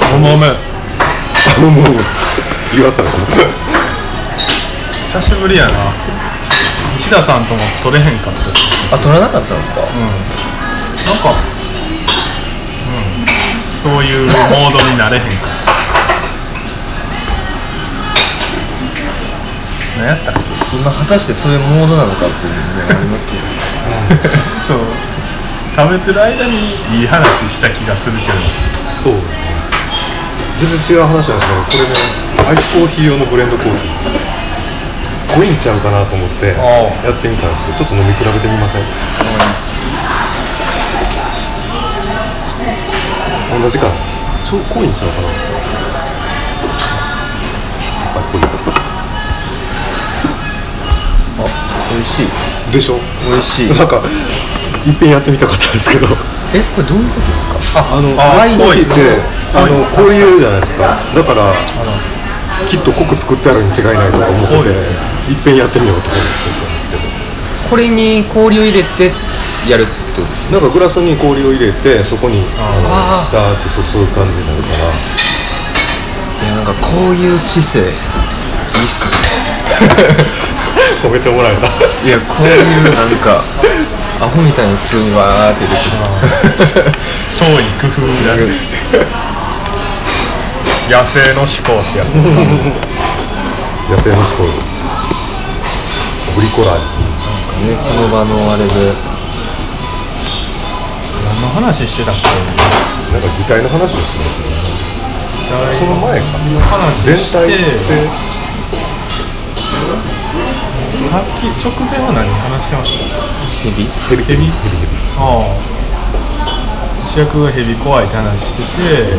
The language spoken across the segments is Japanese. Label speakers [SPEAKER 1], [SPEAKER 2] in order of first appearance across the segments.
[SPEAKER 1] 甘め
[SPEAKER 2] もうもう言わされた
[SPEAKER 1] 久しぶりやな日田さんとも撮れへんかったし
[SPEAKER 3] あ取らなかったんですか、
[SPEAKER 1] なんかうんそういうモードになれへんかった何やったっけ
[SPEAKER 3] 今果たしてそういうモードなのかっていうのがありますけど
[SPEAKER 1] そう食べてる間にいい話した気がするけど
[SPEAKER 2] そう全然違う話なんですけどこれねアイスコーヒー用のブレンドコーヒー5インちゃうかなと思ってや
[SPEAKER 3] あ
[SPEAKER 2] ってみたんですけどちょっと飲み比べてみません同じかなちょ濃いんちゃうかなやっぱり濃
[SPEAKER 3] あ美味しい
[SPEAKER 2] いでしょ
[SPEAKER 3] 美味しい
[SPEAKER 2] なんかいっぺんやってみたかったですけど
[SPEAKER 3] えこれどういうことですかあ
[SPEAKER 2] あの
[SPEAKER 1] あ
[SPEAKER 2] アイスコーヒーっ
[SPEAKER 3] 濃い
[SPEAKER 2] てあのこういうじゃないですかだからきっと濃く作ってあるに違いないとか思って
[SPEAKER 1] 濃いですね
[SPEAKER 2] いっぺんやってみようとか思ってたんです
[SPEAKER 3] これに氷を入れてやるってことですよ
[SPEAKER 2] けどなんかグラスに氷を入れてそこにあの
[SPEAKER 3] あ
[SPEAKER 2] さーっと注ぐ感じになるから
[SPEAKER 3] いやなんかこういう知性いいっすね
[SPEAKER 2] 褒めてもらえた
[SPEAKER 3] いやこういうなんか アホみたいに普通にわーって出てくる
[SPEAKER 1] 創意工夫が野生の思考ってやつですか
[SPEAKER 2] 野生の思考ブリコラー
[SPEAKER 3] なんか
[SPEAKER 2] ジュ
[SPEAKER 3] ねその場のあれで
[SPEAKER 1] 何の話してたっ
[SPEAKER 2] なんか擬態の話をしてますね
[SPEAKER 1] け
[SPEAKER 2] その前か
[SPEAKER 1] の
[SPEAKER 2] 全
[SPEAKER 1] 話して
[SPEAKER 2] 体性
[SPEAKER 1] さっき直前は何話してました
[SPEAKER 3] ヘビ
[SPEAKER 2] ヘビ
[SPEAKER 1] ヘビああ主役がヘビ怖いって話してて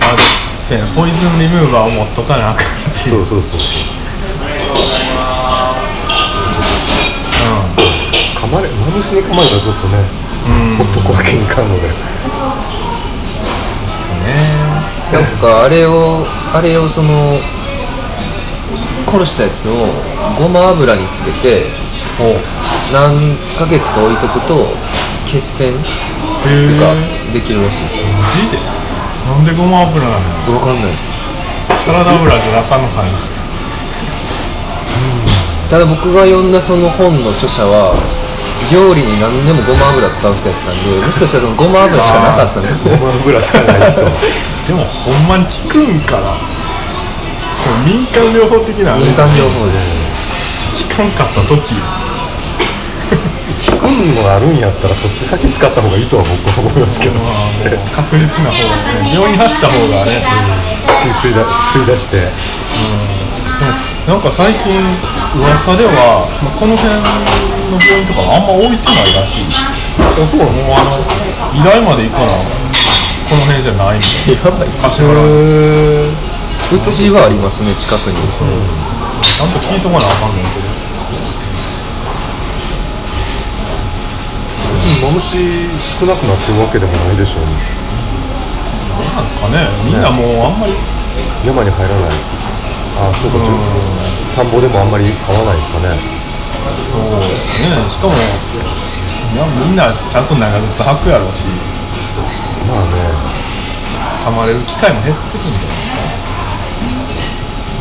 [SPEAKER 1] あそうやなポイズンリムーバーを持っとかなあかんっていう
[SPEAKER 2] そうそうそう噛まれマムシに噛まれたらちょっとね
[SPEAKER 1] うん
[SPEAKER 2] ほっとくわけにいかんので
[SPEAKER 1] ですね
[SPEAKER 3] なんかあれをあれをその殺したやつをごま油につけて何ヶ月か置いとくと血栓
[SPEAKER 1] へえ
[SPEAKER 3] ができるらしいですよ
[SPEAKER 1] マジでなんでごま油なの
[SPEAKER 3] 分かんないです
[SPEAKER 1] サラダ油じゃ中の感じ
[SPEAKER 3] ただ僕が読んだその本の著者は料理に何でもごま油使う人やったんでもしかしたらそのごま油しかなかったんですね
[SPEAKER 2] ごま油しかない人
[SPEAKER 1] でもほんまに効くんかなそう民間療法的なあれ
[SPEAKER 3] 民間情報で
[SPEAKER 1] 効かんかった時
[SPEAKER 2] 聞くのがあるんやったらそっち先使った方がいいとは僕は思いますけど
[SPEAKER 1] まあもう確実な方がね病院走った方がね
[SPEAKER 2] つい吸いだ吸い出して
[SPEAKER 1] なんか最近噂では、まあこの辺の病院とかあんま置いてないらしいそうもうあの依頼まで行かなこの辺じゃないみたい
[SPEAKER 3] やばいっす
[SPEAKER 1] な柏原ち
[SPEAKER 3] うちはありますね近くに
[SPEAKER 1] ゃんと聞いとかなあかんねんけど
[SPEAKER 2] マムシ少なくなってるわけでもないでしょうね
[SPEAKER 1] 何なんですかねみんなもうあんまり
[SPEAKER 2] 山に入らないあそうか、ちょ田んぼでもあんまり買わないですかね
[SPEAKER 1] そうですねしかもいやみんなちゃんと長靴履くやろうし
[SPEAKER 2] まあね
[SPEAKER 1] 噛まれる機会も減ってくんじゃないですか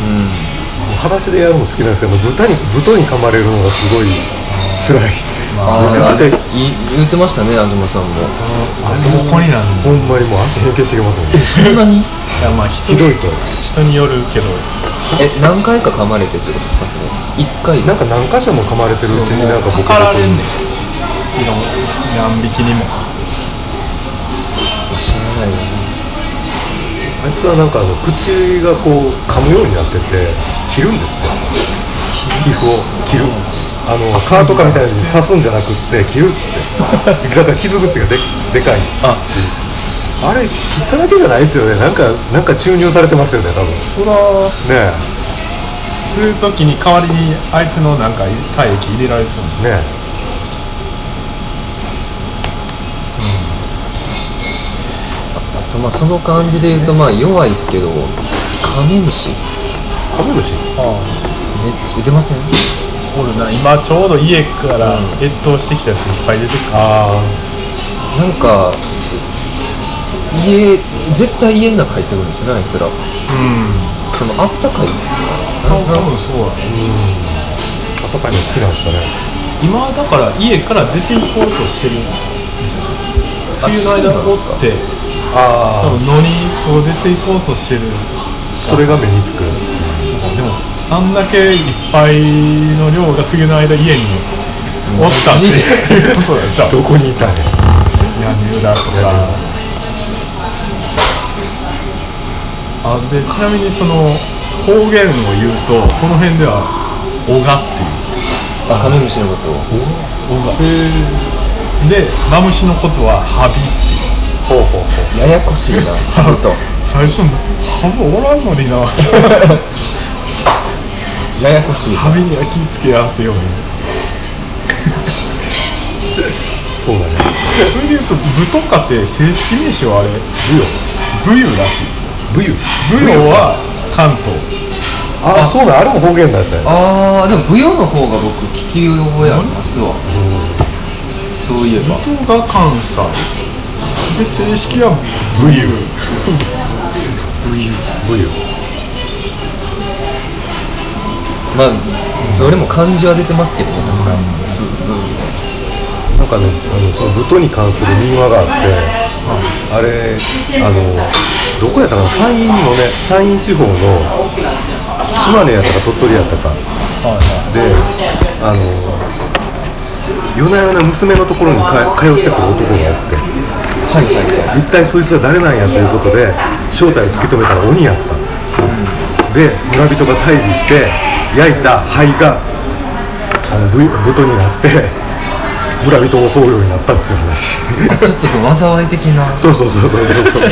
[SPEAKER 2] もう裸足でやるの好きなんですけど豚に豚に噛まれるのがすごい辛い
[SPEAKER 3] あ
[SPEAKER 2] めちゃくちゃ
[SPEAKER 3] ーい言ってましたね東さんも
[SPEAKER 1] あれもこになんで
[SPEAKER 2] ほんまにもう足変形してきますもん
[SPEAKER 3] え
[SPEAKER 2] ね
[SPEAKER 3] そんなに
[SPEAKER 1] いやまあ人
[SPEAKER 2] ひどいと
[SPEAKER 1] 人によるけど
[SPEAKER 3] え何回か噛まれてってことですかそれ1回
[SPEAKER 2] なんか何箇所も噛まれてるうちになんか僕
[SPEAKER 1] かかられんねんいろん何匹にも
[SPEAKER 3] 知らないよね
[SPEAKER 2] あいつはなんかあの口がこう噛むようになってて切るんですって皮膚を切るあのカートかみたいに刺すんじゃなくって切るってだから傷口がででかいしあれ切っただけじゃないですよねなんかなんか注入されてますよね多分ね
[SPEAKER 1] そら
[SPEAKER 2] え
[SPEAKER 1] 吸う時に代わりにあいつのなんか体液入れられてるん
[SPEAKER 2] ねえ
[SPEAKER 3] あとまあその感じで言うとまあ弱いですけどカメムシめっ
[SPEAKER 2] カメムシ
[SPEAKER 1] あ
[SPEAKER 3] ちゃ出ません
[SPEAKER 1] おるな今ちょうど家から越冬してきたやついっぱい出てくる
[SPEAKER 2] あ
[SPEAKER 3] なんか家絶対家の中入ってくるんですよねあいつら
[SPEAKER 1] うん
[SPEAKER 3] そのあったかいの
[SPEAKER 1] 多
[SPEAKER 3] かなな
[SPEAKER 1] 分そうだね
[SPEAKER 2] あったかいの好きなんですかね
[SPEAKER 1] 今だから家から出て行こうとしてる
[SPEAKER 3] あ
[SPEAKER 1] 冬の間おって多
[SPEAKER 2] あ
[SPEAKER 1] 分乗りを出て行こうとしてる
[SPEAKER 2] あそれが目につく
[SPEAKER 1] でもあんだけいっぱいの量が冬の間家におったって いうことだよじゃあ
[SPEAKER 2] どこにいたんや
[SPEAKER 1] ニ浦とかあでちなみにその方言を言うとこの辺では「おが」っていう
[SPEAKER 3] あカメムシのことを
[SPEAKER 1] 「おが」でマムシのことは「はび」っていう
[SPEAKER 2] ほうほうほう
[SPEAKER 3] ややこしい なハブと
[SPEAKER 1] 最初の「ハブおらんのにな」
[SPEAKER 3] ややこしい
[SPEAKER 1] ハビには気ぃつけや」ってように
[SPEAKER 2] そうだね
[SPEAKER 1] それで言うと部とかって正式名称はあれ武勇らしいですよ
[SPEAKER 2] 武勇
[SPEAKER 1] 武勇は関東
[SPEAKER 2] ああそうだあれも方言だったよね
[SPEAKER 3] ああでも舞踊の方が僕聞き覚えありますわそういえば
[SPEAKER 1] 武が関西で正式は武勇
[SPEAKER 2] 武勇
[SPEAKER 3] まあどれも漢字は出てますけどね
[SPEAKER 2] なんかねあのその武闘に関する民話があって、あれあのどこやったかな山陰のね山陰地方の島根やったか鳥取やったか
[SPEAKER 1] はいはい
[SPEAKER 2] であの夜な夜な娘のところにか通ってくる男がおって
[SPEAKER 3] はいはいはい
[SPEAKER 2] 一体そいつは誰なんやということで正体を突き止めたら鬼やった、で村人が退治して焼いた灰があのぶ豚になって村人を襲うようになったっていう話
[SPEAKER 3] あちょっとその災い的な
[SPEAKER 2] そうそうそうそうそうそう
[SPEAKER 1] あ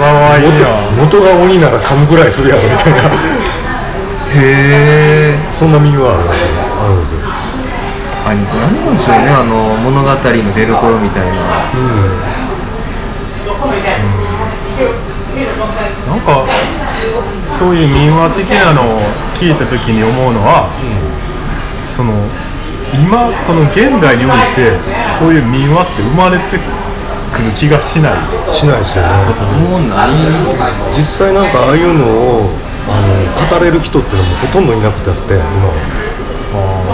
[SPEAKER 1] らわいいやん
[SPEAKER 2] 元元が鬼なら噛むぐらいするやろみたいな
[SPEAKER 3] へえ
[SPEAKER 2] そんな民話あるんですよあるんですよ
[SPEAKER 3] あれ何なんでしょうねあの物語の出どころみたいな
[SPEAKER 1] なんかそういう民話的なのを聞いた時に思うのは、その今この現代においてそういう民話って生まれてくる気がしない
[SPEAKER 2] しないですよね
[SPEAKER 3] もうない
[SPEAKER 2] 実際なんかああいうのをあの語れる人っていうのもほとんどいなくてって今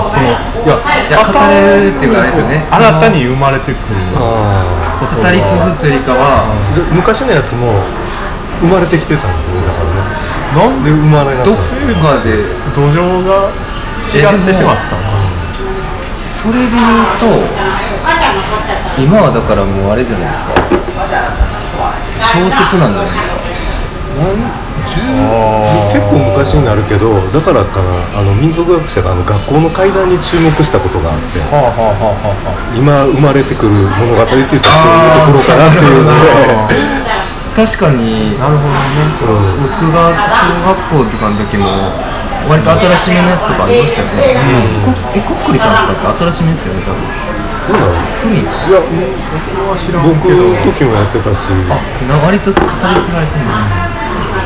[SPEAKER 2] は
[SPEAKER 1] そのいや
[SPEAKER 3] いや語れるっていうかあれですよね
[SPEAKER 1] 新たに生まれてくる
[SPEAKER 2] ああ
[SPEAKER 1] こと
[SPEAKER 3] 語り継ぐというよりかは
[SPEAKER 2] で昔のやつも生まれてきてたんですよねだから
[SPEAKER 1] なん
[SPEAKER 2] ねで生まれなか
[SPEAKER 3] ど
[SPEAKER 2] っ
[SPEAKER 3] こ
[SPEAKER 2] た
[SPEAKER 3] かで
[SPEAKER 1] 土壌が違ってしまったのか
[SPEAKER 3] それで言うと今はだからもうあれじゃないですか小説なんじゃないですか
[SPEAKER 2] なん10結構昔になるけどだからかなあの民族学者があの学校の階段に注目したことがあって
[SPEAKER 1] はあはあはあはあ
[SPEAKER 2] 今生まれてくる物語っていうとそういうところかなっていうので、
[SPEAKER 3] 確かに
[SPEAKER 1] なるほどね
[SPEAKER 2] うん
[SPEAKER 3] 僕が小学校とかの時も割と新しめのやつとかありますよね、こえこっくりさんとかって新しめですよね多分
[SPEAKER 2] どうなの
[SPEAKER 3] 海
[SPEAKER 2] いや
[SPEAKER 1] 僕は知らん
[SPEAKER 2] 僕
[SPEAKER 1] けど
[SPEAKER 2] の時もやってたし
[SPEAKER 3] あな割と語り継がれてるな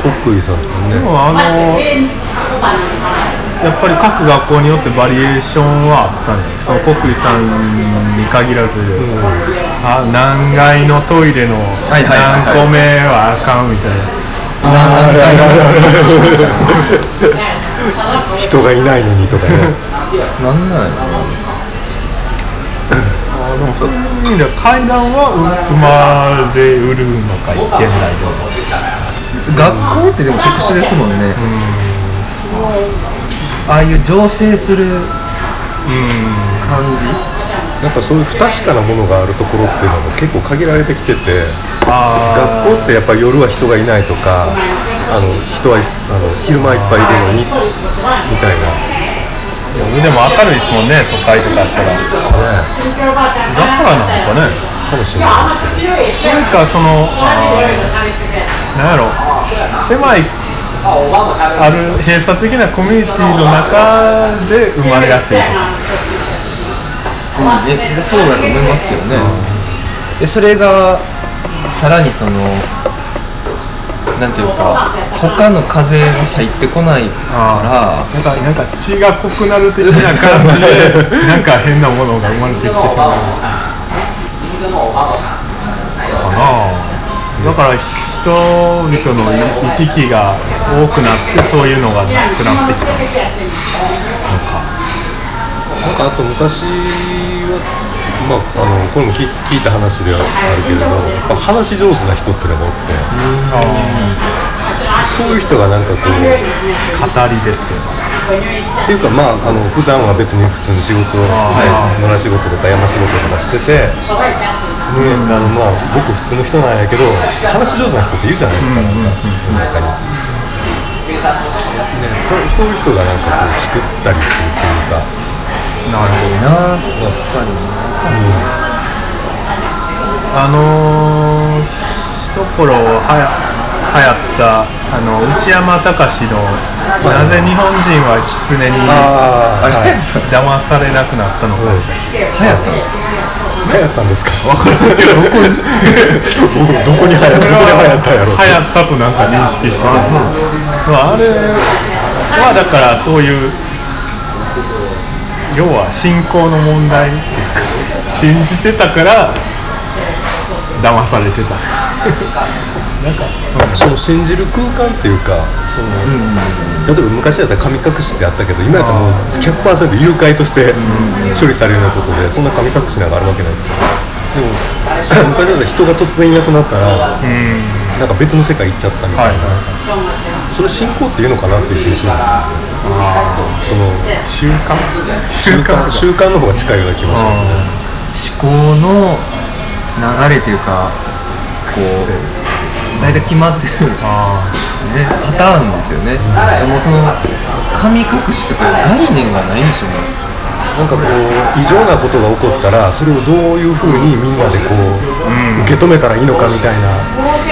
[SPEAKER 2] ほっくりさんとか
[SPEAKER 1] で
[SPEAKER 2] ね
[SPEAKER 1] もあのやっぱり各学校によってバリエーションはあったんでその国井さんに限らず、あ何階のトイレの
[SPEAKER 3] いはいはい
[SPEAKER 1] 何個目はあかんみたいな、
[SPEAKER 3] 何回
[SPEAKER 2] 人がいないのにとかね
[SPEAKER 3] なんなんやろな
[SPEAKER 1] あでもそういう意味では階段はう生まれうるのかい現代では
[SPEAKER 3] 学校ってでも特殊ですもんねああいう醸成する感じ
[SPEAKER 2] なんかそういう不確かなものがあるところっていうのも結構限られてきてて
[SPEAKER 1] あ
[SPEAKER 2] 学校ってやっぱり夜は人がいないとかあの人はいあの昼間いっぱいいるのにみたいな、
[SPEAKER 1] ー夜でも明るいですもんね都会とかあったらだ
[SPEAKER 2] ね、
[SPEAKER 1] からなんですかね
[SPEAKER 2] かもしれないです
[SPEAKER 1] それかそのなんやろ狭いある閉鎖的なコミュニティの中で生まれやすいとか
[SPEAKER 3] うんえそうだと思いますけどね、でそれがさらにそのなんていうか他の風が入ってこないか
[SPEAKER 1] なんかなんか血が濃くなる的な感じでなんか変なものが生まれてきてしまうのかなだから人々の行き来が多くなってそういうのがなくなってきたのか
[SPEAKER 2] なんかあと昔は、まあ、あのこれも聞い聞いた話ではあるけれどやっぱ話し上手な人ってのがおって
[SPEAKER 1] あ
[SPEAKER 2] そういう人がなんかこうっ
[SPEAKER 1] ー語りでって
[SPEAKER 2] ていうかまああの普段は別に普通に仕事を、
[SPEAKER 1] あ
[SPEAKER 2] ね、野良仕事とか山仕事とかしてて、ね、あのまあ僕普通の人なんやけど話し上手な人って言うじゃないですか、なんか世の中に。ね、そそういう人がなんかこう作ったりするというか、
[SPEAKER 3] なるほどな確かに
[SPEAKER 2] うん
[SPEAKER 1] あのー、一頃はや流行ったあの内山隆の「なぜ日本人は狐に
[SPEAKER 2] ああ
[SPEAKER 3] あれ、
[SPEAKER 2] はい
[SPEAKER 3] 流行った
[SPEAKER 1] 騙されなくなったのか」
[SPEAKER 3] 流行ったんですか
[SPEAKER 2] 流行ったんですか分からんけどどこにどこに 流行ったどこで流行ったんやろ
[SPEAKER 1] 流行ったとなんか認識して
[SPEAKER 3] あ
[SPEAKER 1] る
[SPEAKER 3] そうなんです
[SPEAKER 1] まあ、あれはだからそういう要は信仰の問題っていうか信じてたから騙されてた
[SPEAKER 2] そう信じる空間っていうかその、例えば昔だったら神隠しってあったけど今やったらもう100%誘拐として処理されるようなことでそんな神隠しなんかあるわけないでも昔だったら人が突然いなくなったらなんか別の世界行っちゃったみたいな、
[SPEAKER 1] は
[SPEAKER 2] それ信仰っていうのかなっていう気もするんですよ、ね、
[SPEAKER 1] い習慣
[SPEAKER 2] その習慣習慣の方が近いような気もしますね
[SPEAKER 3] 思考の流れというかこう大体決まってる、ね、
[SPEAKER 1] あ
[SPEAKER 3] パターンですよね、でもその神隠しとかいう概念がないんでしょうね
[SPEAKER 2] なんかこう異常なことが起こったらそれをどういうふうにみんなでこう、受け止めたらいいのかみたい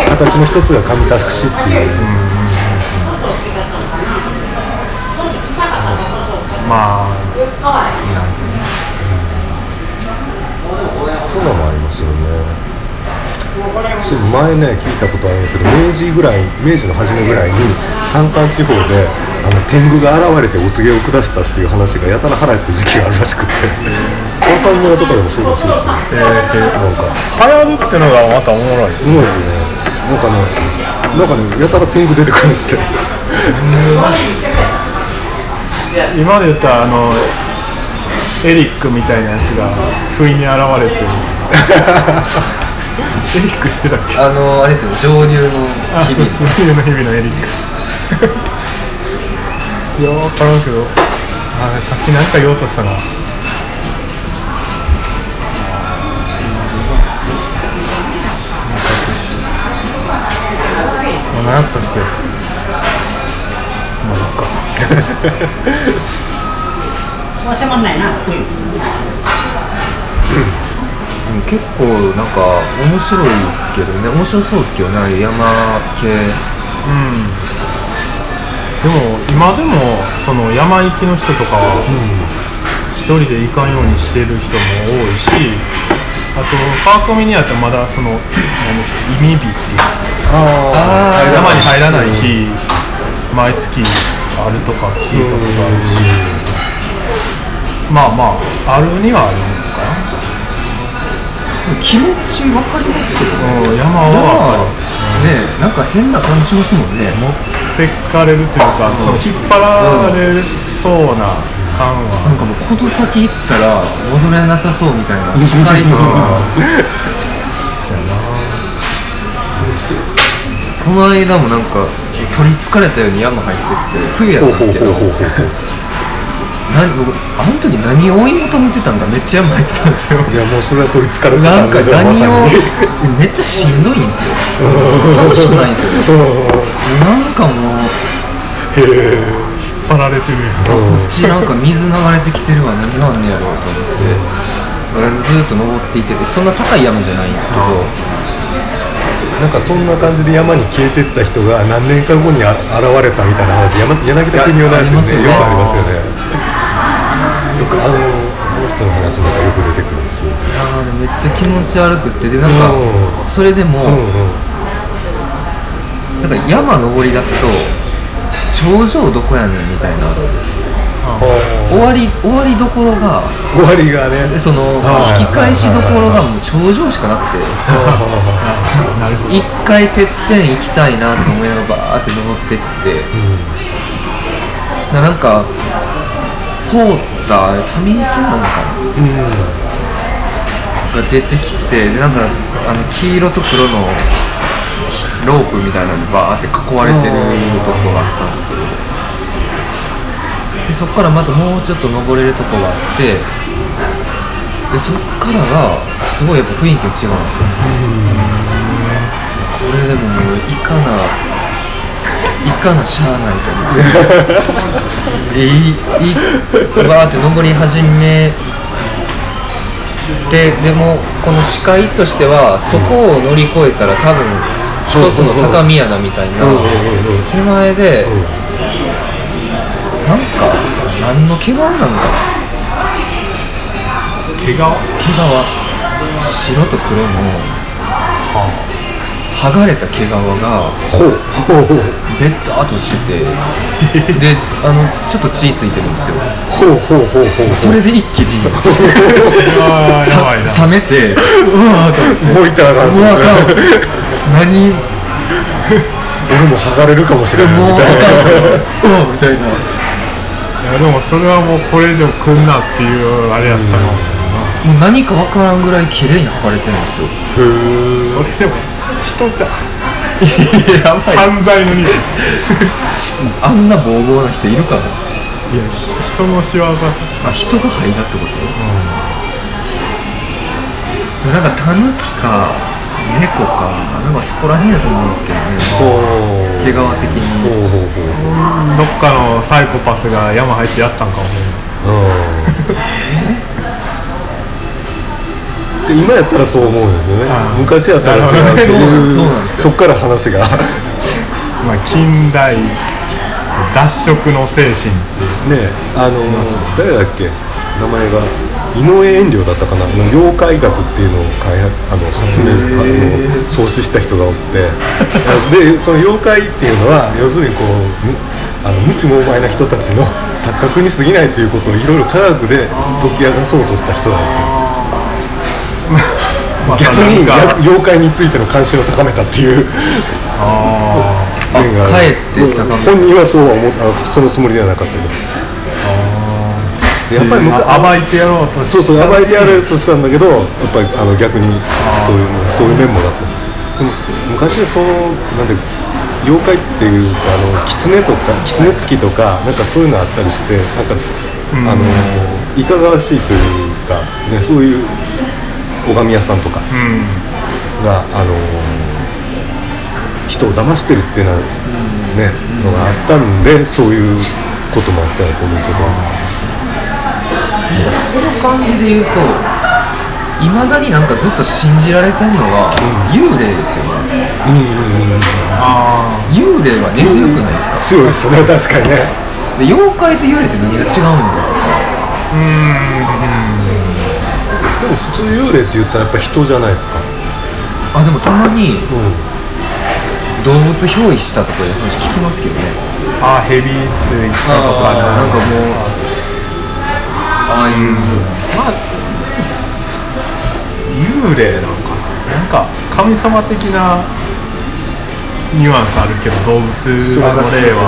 [SPEAKER 2] な形の一つが神隠しっていう、
[SPEAKER 1] あまあ
[SPEAKER 2] そんなのもありますよねそう前ね聞いたことあるんだけど明治ぐらい明治の初めぐらいに山間地方であの天狗が現れてお告げを下したっていう話がやたら腹やって時期があるらしくって高官村とかでもそうらしいですよ、
[SPEAKER 1] え
[SPEAKER 2] なんか
[SPEAKER 1] 流行るってのがまたおもろいです
[SPEAKER 2] すごいですねなんかねなんかねやたら天狗出てくるんですって
[SPEAKER 1] 今で言ったらあのエリックみたいなやつが不意に現れて エリックしてたっ け
[SPEAKER 3] あのあれですよ上流の
[SPEAKER 1] あ、
[SPEAKER 3] 日
[SPEAKER 1] そう、
[SPEAKER 3] 々
[SPEAKER 1] 冬の日々のエリック。いや、わからんけど。あれ、さっきなんか言おうとしたな。何やったっけ。まあ、いいか。
[SPEAKER 4] 我先帮奶奶。
[SPEAKER 3] でも結構なんか面白いですけどね面白そうですけどねああいう山系
[SPEAKER 1] うん。でも、今でも、その山行きの人とかは。一人で行かんようにしてる人も多いしあとパークミニアってまだその何でしょう意味日っていうんですか
[SPEAKER 3] あー
[SPEAKER 1] 山に入らない日毎月あるとか聞いたことあるしまあまああるにはあるの
[SPEAKER 3] 気持ちわかりますけどね
[SPEAKER 1] かな、うん、山
[SPEAKER 3] まあ
[SPEAKER 1] は
[SPEAKER 3] ねなんか変な感じしますもんね
[SPEAKER 1] 持ってかれるというか、その引っ張られそうな感は、
[SPEAKER 3] なんかもうこの先行ったら戻れなさそうみ たいな世界とかこの間もなんか取りつかれたように山入ってって冬やったんですけど
[SPEAKER 2] ほうほうほうほう
[SPEAKER 3] な僕あの時何を追い求めてたんかめっちゃ山入ってたんですよ
[SPEAKER 2] いやもうそれは取りつかれて
[SPEAKER 3] な
[SPEAKER 2] た
[SPEAKER 3] ん
[SPEAKER 2] ん
[SPEAKER 3] か
[SPEAKER 2] でしょう
[SPEAKER 3] 何を
[SPEAKER 2] まさに
[SPEAKER 3] めっちゃしんどいんですよ楽しくないんですよなんかもう
[SPEAKER 1] 引っ張られてるやん
[SPEAKER 3] こっちなんか水流れてきてるわ何があんねやろうと思って俺ずっと登っていててそんな高い山じゃないんですけど
[SPEAKER 2] なんかそんな感じで山に消えてった人が何年か後にあ現れたみたいな話山柳田国夫のやつに
[SPEAKER 3] い
[SPEAKER 2] ねよ
[SPEAKER 3] や
[SPEAKER 2] くあ
[SPEAKER 3] あり
[SPEAKER 2] り
[SPEAKER 3] ま
[SPEAKER 2] ますす
[SPEAKER 3] よ
[SPEAKER 2] よねよくあのこの人の話なんかよく出てくるんですよ
[SPEAKER 3] いやーでもめっちゃ気持ち悪くってでなん
[SPEAKER 2] う
[SPEAKER 3] かそれでも、
[SPEAKER 2] うんうん
[SPEAKER 3] なんか山登り出すと頂上どこやねんみたいな終わり終わりどころが
[SPEAKER 2] 終わりがね
[SPEAKER 3] その
[SPEAKER 2] はい
[SPEAKER 3] 引き返しどころがもう頂上しかなくて
[SPEAKER 1] なるほど
[SPEAKER 3] 一回てっぺん行きたいなと思いながらバーって登ってって、ななんかポーターため池なのかなが出てきてでなんかあの黄色と黒のロープみたいなのにバーって囲われてるとこがあったんですけどでそこからまたもうちょっと登れるとこがあってでそっからがすごいやっぱ雰囲気が違うんですよこれでももういかないかなしゃあないと思っていいいバーって登り始めででもこの視界としてはそこを乗り越えたら多分一つの高みやなみたいな
[SPEAKER 2] うんうんうん
[SPEAKER 3] 手前で
[SPEAKER 2] ん
[SPEAKER 3] なんか何の毛皮なのかな
[SPEAKER 1] 毛皮
[SPEAKER 3] 毛皮白と黒の剥がれた毛皮が
[SPEAKER 2] ほうほうほう
[SPEAKER 3] ベッターっと落ちてて であのちょっと血ついてるんですよ
[SPEAKER 2] ほうほうほうほう
[SPEAKER 3] それで一気 に
[SPEAKER 1] いやーやばいな
[SPEAKER 3] さ冷めてうわーと思って
[SPEAKER 2] もういったらあかん
[SPEAKER 3] もうあかん何
[SPEAKER 2] 俺も剥がれるかもしれない
[SPEAKER 3] もう
[SPEAKER 2] み
[SPEAKER 3] あか
[SPEAKER 2] たいなん
[SPEAKER 3] うんみたいない
[SPEAKER 1] やでもそれはもうこれ以上来んなっていうあれやったかもしれないな
[SPEAKER 3] もう何か分からんぐらい綺麗に剥がれてるんですよ
[SPEAKER 1] それでも人じゃ
[SPEAKER 3] やばい
[SPEAKER 1] 犯罪の匂いいや
[SPEAKER 3] あんなボーボーな人いるかな
[SPEAKER 1] ひ人の仕業
[SPEAKER 3] あ人が入ったってこと、なんかタヌキか猫かなんかそこら辺やと思うんですけど
[SPEAKER 2] ほう
[SPEAKER 3] ね毛皮的
[SPEAKER 2] ほう
[SPEAKER 3] に
[SPEAKER 2] ほうほう
[SPEAKER 1] どっかのサイコパスが山入ってやったんかもね
[SPEAKER 2] で今やったらそう思うんですよね
[SPEAKER 1] あー
[SPEAKER 2] 昔やったらそれはそう
[SPEAKER 3] そう
[SPEAKER 2] い
[SPEAKER 3] なん
[SPEAKER 2] う
[SPEAKER 3] ですよ
[SPEAKER 2] そっから話が
[SPEAKER 1] まあ近代脱色の精神っていう
[SPEAKER 2] ねあのー誰だっけ名前が井上遠慮だったかなあの妖怪学っていうのを開発あの発明したあの創始した人がおって あでその妖怪っていうのは要するにこうむあの無知もうまいな人たちの錯覚に過ぎないということをいろいろ科学で解き明かそうとした人なんですよ
[SPEAKER 1] また
[SPEAKER 2] 逆
[SPEAKER 1] な
[SPEAKER 2] に
[SPEAKER 1] んか
[SPEAKER 2] 逆妖怪についての関心を高めたっていう
[SPEAKER 1] あ
[SPEAKER 3] あ
[SPEAKER 2] 面がある
[SPEAKER 3] かえって高め
[SPEAKER 2] 本人はそうは思ったそのつもりではなかったけどでやっぱり僕
[SPEAKER 1] ー暴いてやろうと
[SPEAKER 2] そうそう暴いてやれるとしたんだけどやっぱりあの逆にそういうそういう面もだったでも昔はそのなんて妖怪っていうかあの狐とか狐つきとかなんかそういうのあったりしてなんか、あのいかがわしいというか、ね、そういう拝み屋さんとか
[SPEAKER 1] うん
[SPEAKER 2] が、あの人を騙してるっていうのは、ねのがあったんでそういうこともあったんだと思うけど。
[SPEAKER 3] その感じで言うといまだになんかずっと信じられてんのが、幽霊ですよね
[SPEAKER 2] うんうんうん
[SPEAKER 1] あ
[SPEAKER 3] 幽霊は根強くないですか、
[SPEAKER 2] 強いですね 確かにね
[SPEAKER 3] で妖怪と幽霊って何が違うん
[SPEAKER 1] あ
[SPEAKER 3] だ
[SPEAKER 1] うん
[SPEAKER 2] でも普通幽霊って言ったらやっぱ人じゃないですか
[SPEAKER 3] あでもたまに
[SPEAKER 2] うん
[SPEAKER 3] 動物憑依したとかいう話聞きますけどね
[SPEAKER 1] ああヘビついたとかね
[SPEAKER 3] なんかもうああいう、
[SPEAKER 1] まあ幽霊なんかななんか神様的なニュアンスあるけど動物の霊は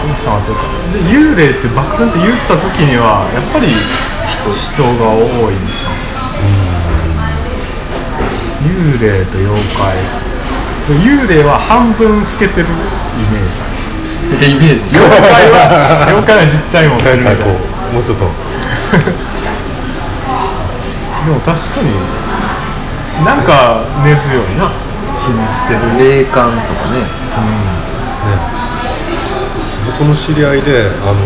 [SPEAKER 1] 神様というかで幽霊って漠然と言った時にはやっぱり人が多いんじゃん幽霊と妖怪で幽霊は半分透けてるイメージある
[SPEAKER 3] イメージ
[SPEAKER 1] 妖怪は妖怪はちっちゃいもんがいるみた
[SPEAKER 2] なん
[SPEAKER 1] い
[SPEAKER 2] か
[SPEAKER 1] な
[SPEAKER 2] こうもうちょっと
[SPEAKER 1] でも確かになんか根強いな信じてる
[SPEAKER 3] 霊感とかね
[SPEAKER 2] 僕の知り合いであの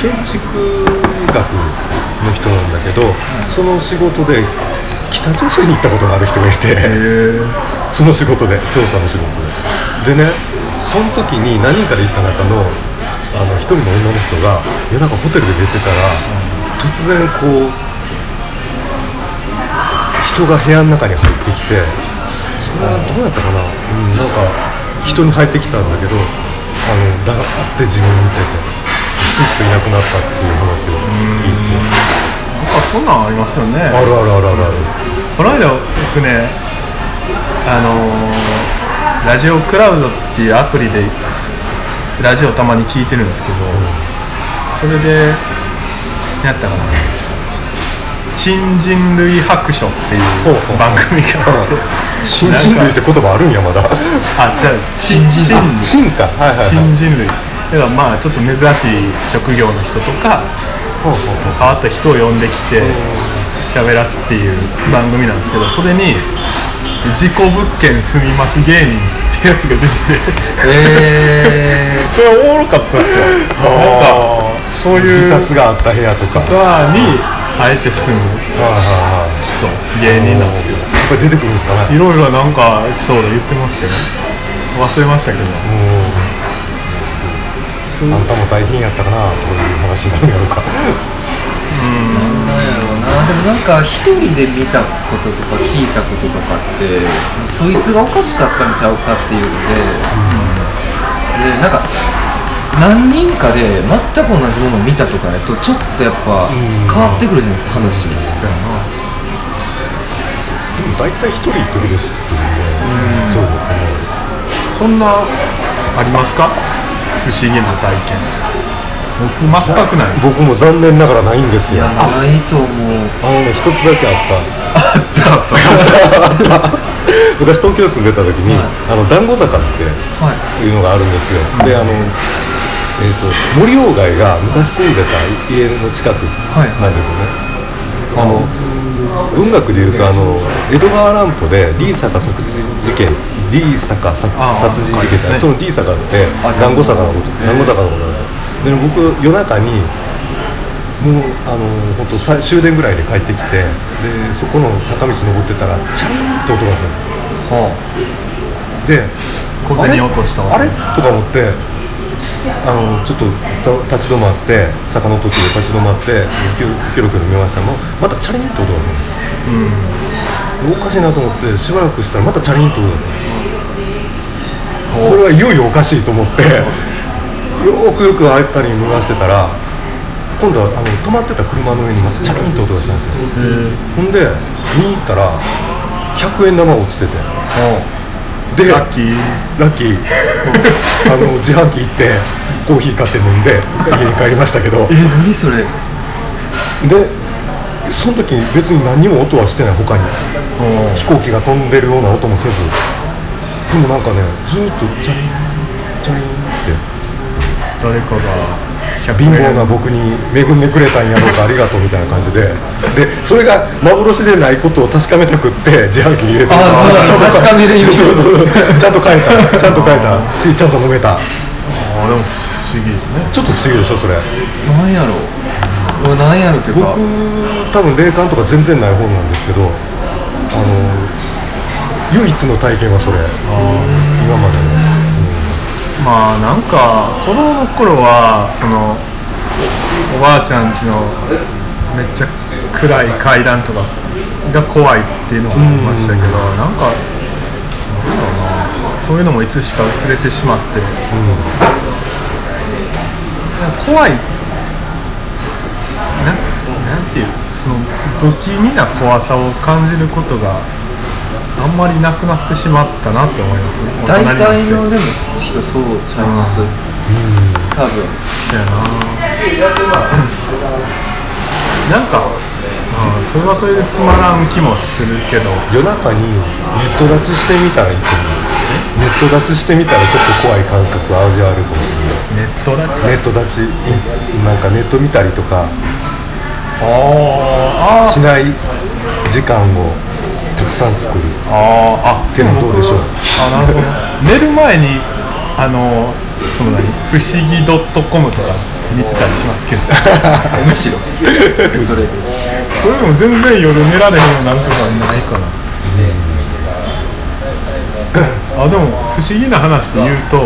[SPEAKER 2] 建築学の人なんだけど、その仕事で北朝鮮に行ったことがある人がいて、その仕事で調査の仕事ででねその時に何人かで行った中のあの一人の女の人が夜中ホテルで寝てたら、突然こう人が部屋の中に入ってきてそれはどうやったかな、うん、なんか人に入ってきたんだけどあのだらーって自分見ててスッといなくなったっていう話を聞いて
[SPEAKER 1] なんかそんなんありますよね
[SPEAKER 2] あるあるあるあるある
[SPEAKER 1] この間僕ねあのーラジオクラウドっていうアプリでラジオたまに聞いてるんですけどそれで何やったかな新人類白書っていう番組があって
[SPEAKER 2] 新人類って言葉あるんやまだ
[SPEAKER 1] あじゃあ新人類
[SPEAKER 2] 新かはいはいはい
[SPEAKER 1] 新人類だからまあちょっと珍しい職業の人とか
[SPEAKER 2] ほうほうほう
[SPEAKER 1] 変わった人を呼んできて喋らすっていう番組なんですけどそれに「事故物件住みます芸人」ってやつが出てて
[SPEAKER 3] え
[SPEAKER 1] それおもろかったですよなんか
[SPEAKER 2] あー
[SPEAKER 1] そういう
[SPEAKER 2] 自殺があった部屋とかはい
[SPEAKER 1] バ
[SPEAKER 2] はい
[SPEAKER 1] ーにあえて住む
[SPEAKER 2] は
[SPEAKER 1] 人
[SPEAKER 2] い
[SPEAKER 1] 芸人なんですけど
[SPEAKER 2] やっぱり出てくるんですかね
[SPEAKER 1] いろいろなんかエピソード言ってましたよ忘れましたけど
[SPEAKER 2] うんあんたも大変やったかなという話になるんやろうか
[SPEAKER 3] ー、なんやろうな でもなんか一人で見たこととか聞いたこととかってそいつがおかしかったんちゃうかっていうので、でなんか何人かで全く同じものを見たとかやとちょっとやっぱ
[SPEAKER 2] ん
[SPEAKER 3] 変わってくるじゃないですか
[SPEAKER 1] そ
[SPEAKER 3] 話、
[SPEAKER 1] うやな
[SPEAKER 2] でも大体一人一時ですよねそう
[SPEAKER 1] そんなありますか不思議な体験僕全くないです
[SPEAKER 2] 僕も残念ながらないんです
[SPEAKER 3] い
[SPEAKER 2] よ
[SPEAKER 3] や
[SPEAKER 2] あ
[SPEAKER 3] ないと思う
[SPEAKER 2] のね一つだけあった あったあった昔東京住んでた時に、あの団子坂って
[SPEAKER 3] はい
[SPEAKER 2] いうのがあるんですよであのえー、と森鴎外が昔住んでた家の近くなんですよね、あの文学でいうとあの江戸川乱歩で D 坂殺人事件 D 坂殺
[SPEAKER 1] あー
[SPEAKER 2] 殺人事件って
[SPEAKER 1] はい
[SPEAKER 2] その D 坂って
[SPEAKER 3] あ
[SPEAKER 2] 南郷坂のこと南郷坂のことなんですよで僕夜中にもうあの本当さ終電ぐらいで帰ってきてでそこの坂道登ってたらチャリンと音がす
[SPEAKER 1] は
[SPEAKER 2] るで
[SPEAKER 1] 小銭落としたわ
[SPEAKER 2] あれあれとか思ってあのちょっとた立ち止まって坂の途中で立ち止まってキョキョロキョロ見ましたもうまたチャリンと音がするん
[SPEAKER 1] あう
[SPEAKER 2] ですよ
[SPEAKER 1] ん
[SPEAKER 2] おかしいなと思ってしばらくしたらまたチャリンと音がするこれはいよいよおかしいと思ってよくよくあれたり見回してたら今度はあの止まってた車の上にまたチャリンと音がしたんですよほんで見に行ったら100円玉落ちててで
[SPEAKER 1] ラッキー
[SPEAKER 2] ラッキー あの自販機行ってコーヒー買って飲んで家に帰りましたけど
[SPEAKER 3] え何それ
[SPEAKER 2] でその時に別に何にも音はしてない他に飛行機が飛んでるような音もせずでもなんかねずーっとチャリンチャリンっ
[SPEAKER 1] 誰かが100円
[SPEAKER 2] て貧乏な僕に恵んでくれたんやろうかありがとうみたいな感じででそれが幻でないことを確かめたくって自販機に入れて
[SPEAKER 3] あーそうだ
[SPEAKER 2] ちゃんと
[SPEAKER 3] 確かめる意味
[SPEAKER 2] そうそうそうちゃんと変えたちゃんと変えたしちゃんと飲めた
[SPEAKER 1] あでも不思議ですね
[SPEAKER 2] ちょっと不思議でしょそれ
[SPEAKER 3] なんやろうなんやろっていう
[SPEAKER 2] 僕
[SPEAKER 3] か
[SPEAKER 2] 多分霊感とか全然ない方なんですけどあの唯一の体験はそれ今までの
[SPEAKER 1] まあなんか子供の頃はそのおばあちゃん家のめっちゃ暗い階段とかが怖いっていうのがありましたけどなんかなんだろうなそういうのもいつしか薄れてしまって怖いななんていうその不気味な怖さを感じることがあんまりなくなってしまったなって思いますね
[SPEAKER 3] 大体
[SPEAKER 1] 大人にな
[SPEAKER 3] の
[SPEAKER 1] って
[SPEAKER 3] でも人そうちゃいます多分
[SPEAKER 1] そうやななんか、うん、それはそれでつまらん気もするけど
[SPEAKER 2] 夜中にネット立ちしてみたらいいと思うネット立ちしてみたらちょっと怖い感覚を味わえるかもしれ
[SPEAKER 1] ネットだち
[SPEAKER 2] ないネット立ちいなんかネット見たりとか
[SPEAKER 1] あー
[SPEAKER 2] しない時間をたくさん作る
[SPEAKER 1] あーあ
[SPEAKER 2] でもどうでしょう
[SPEAKER 1] あなるほど寝る前にあのその何不思議 .com とか見てたりしますけど
[SPEAKER 3] むしろそれ
[SPEAKER 1] それでも全然夜寝られへんようになるとかはないかなあでも不思議な話で言うと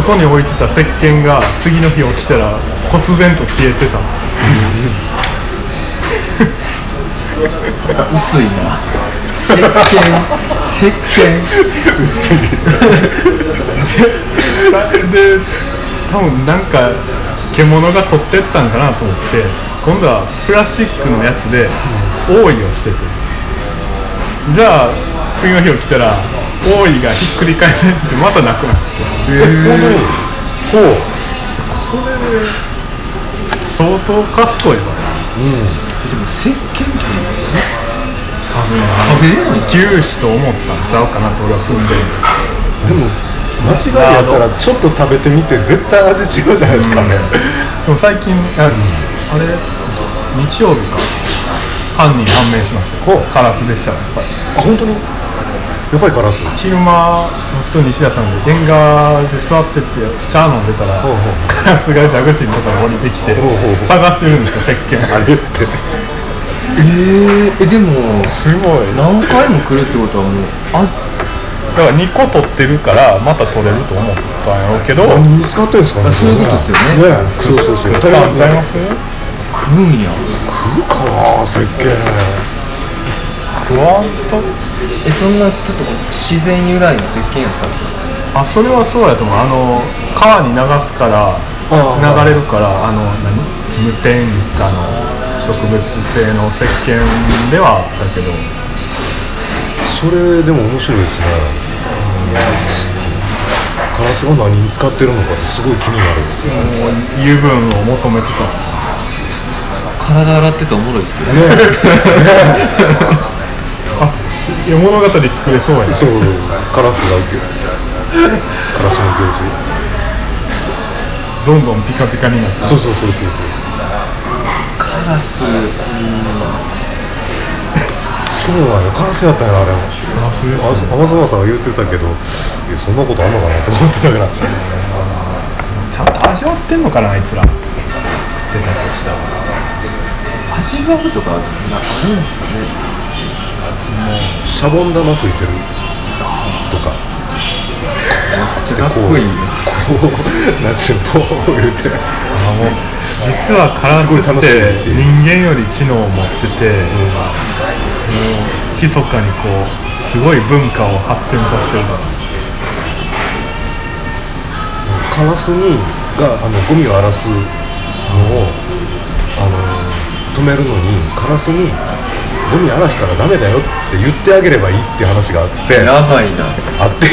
[SPEAKER 1] 外に置いてた石鹸が次の日起きたら忽然と消えてた
[SPEAKER 3] 薄いな石鹸石鹸
[SPEAKER 1] で多分なんか獣が取ってったんかなと思って今度はプラスチックのやつで覆いをしててじゃあ次の日起きたら覆いがひっくり返されててまたなくなってて
[SPEAKER 2] え本当にほう
[SPEAKER 1] 相当賢いぞ
[SPEAKER 2] うん
[SPEAKER 3] でも石鹸機もす
[SPEAKER 1] 多分
[SPEAKER 3] 食べれない
[SPEAKER 1] 牛脂と思ったんちゃうかなと俺は踏んでる
[SPEAKER 2] でも間違いやったらちょっと食べてみて絶対味違うじゃないですかね、
[SPEAKER 1] でも最近あ,、れ日曜日か犯人判明しましたよ
[SPEAKER 2] ほう
[SPEAKER 1] カラスでしたやっぱり
[SPEAKER 2] あ本当にやっぱりカラス
[SPEAKER 1] 昼間僕と西田さんで原画で座ってて茶飲んでたら
[SPEAKER 2] ほうほう
[SPEAKER 1] カラスが蛇口のところに降りてきて
[SPEAKER 2] ほうほうほう
[SPEAKER 1] 探してるんですよ石鹸
[SPEAKER 2] あれって
[SPEAKER 3] えー、えでも
[SPEAKER 1] すごいだか
[SPEAKER 3] 何回も来るってことはもうあ
[SPEAKER 1] ら2個取ってるからまた取れると思ったんやろうけど
[SPEAKER 2] 何に使ってるんですかね
[SPEAKER 3] あそういうことですよね
[SPEAKER 2] ねそうそうそう
[SPEAKER 1] 取ったんちゃいます
[SPEAKER 3] 食うんや
[SPEAKER 2] 食うかな石鹸
[SPEAKER 1] 不安と
[SPEAKER 3] えそんなちょっと自然由来の石鹸やったんですか
[SPEAKER 1] あそれはそうやと思うあの川に流すから
[SPEAKER 2] あ
[SPEAKER 1] 流れるからあの何無添加の植物性の石鹸ではあったけど
[SPEAKER 2] それでも面白いですね、カラスが何に使ってるのかってすごい気にな
[SPEAKER 1] も
[SPEAKER 2] る
[SPEAKER 1] う油分を求めてた
[SPEAKER 3] 体洗ってておもろいですけどね
[SPEAKER 1] あいや物語作れそうやな
[SPEAKER 2] そうカラスが受けるカラスの行事
[SPEAKER 1] どんどんピカピカになった
[SPEAKER 2] そうそうそうそうそう
[SPEAKER 3] カラス
[SPEAKER 2] そうなんやカラスやったんやあれも
[SPEAKER 1] あそうです
[SPEAKER 2] あ
[SPEAKER 1] ね
[SPEAKER 2] アマゾマさんが言ってたけどいやそんなことあんのかなと思ってたから
[SPEAKER 1] ちゃんと味わってんのかなあいつら食ってたとしたら
[SPEAKER 3] 味わうとかなあるんですかね
[SPEAKER 2] シャボン玉吹いてるとか
[SPEAKER 3] ちょっとかっこいいな
[SPEAKER 2] こうなんちゅうのこう言うて
[SPEAKER 1] あもう実はカラス
[SPEAKER 2] すごい
[SPEAKER 1] っ
[SPEAKER 2] 楽しい
[SPEAKER 1] て
[SPEAKER 2] っていう
[SPEAKER 1] 人間より知能を持ってて、もう密かにこうすごい文化を発展させてるから
[SPEAKER 2] カラスにがあのゴミを荒らすのをあの止めるのにカラスにゴミ荒らしたらダメだよって言ってあげればいいって話があって
[SPEAKER 3] やばいな
[SPEAKER 2] あって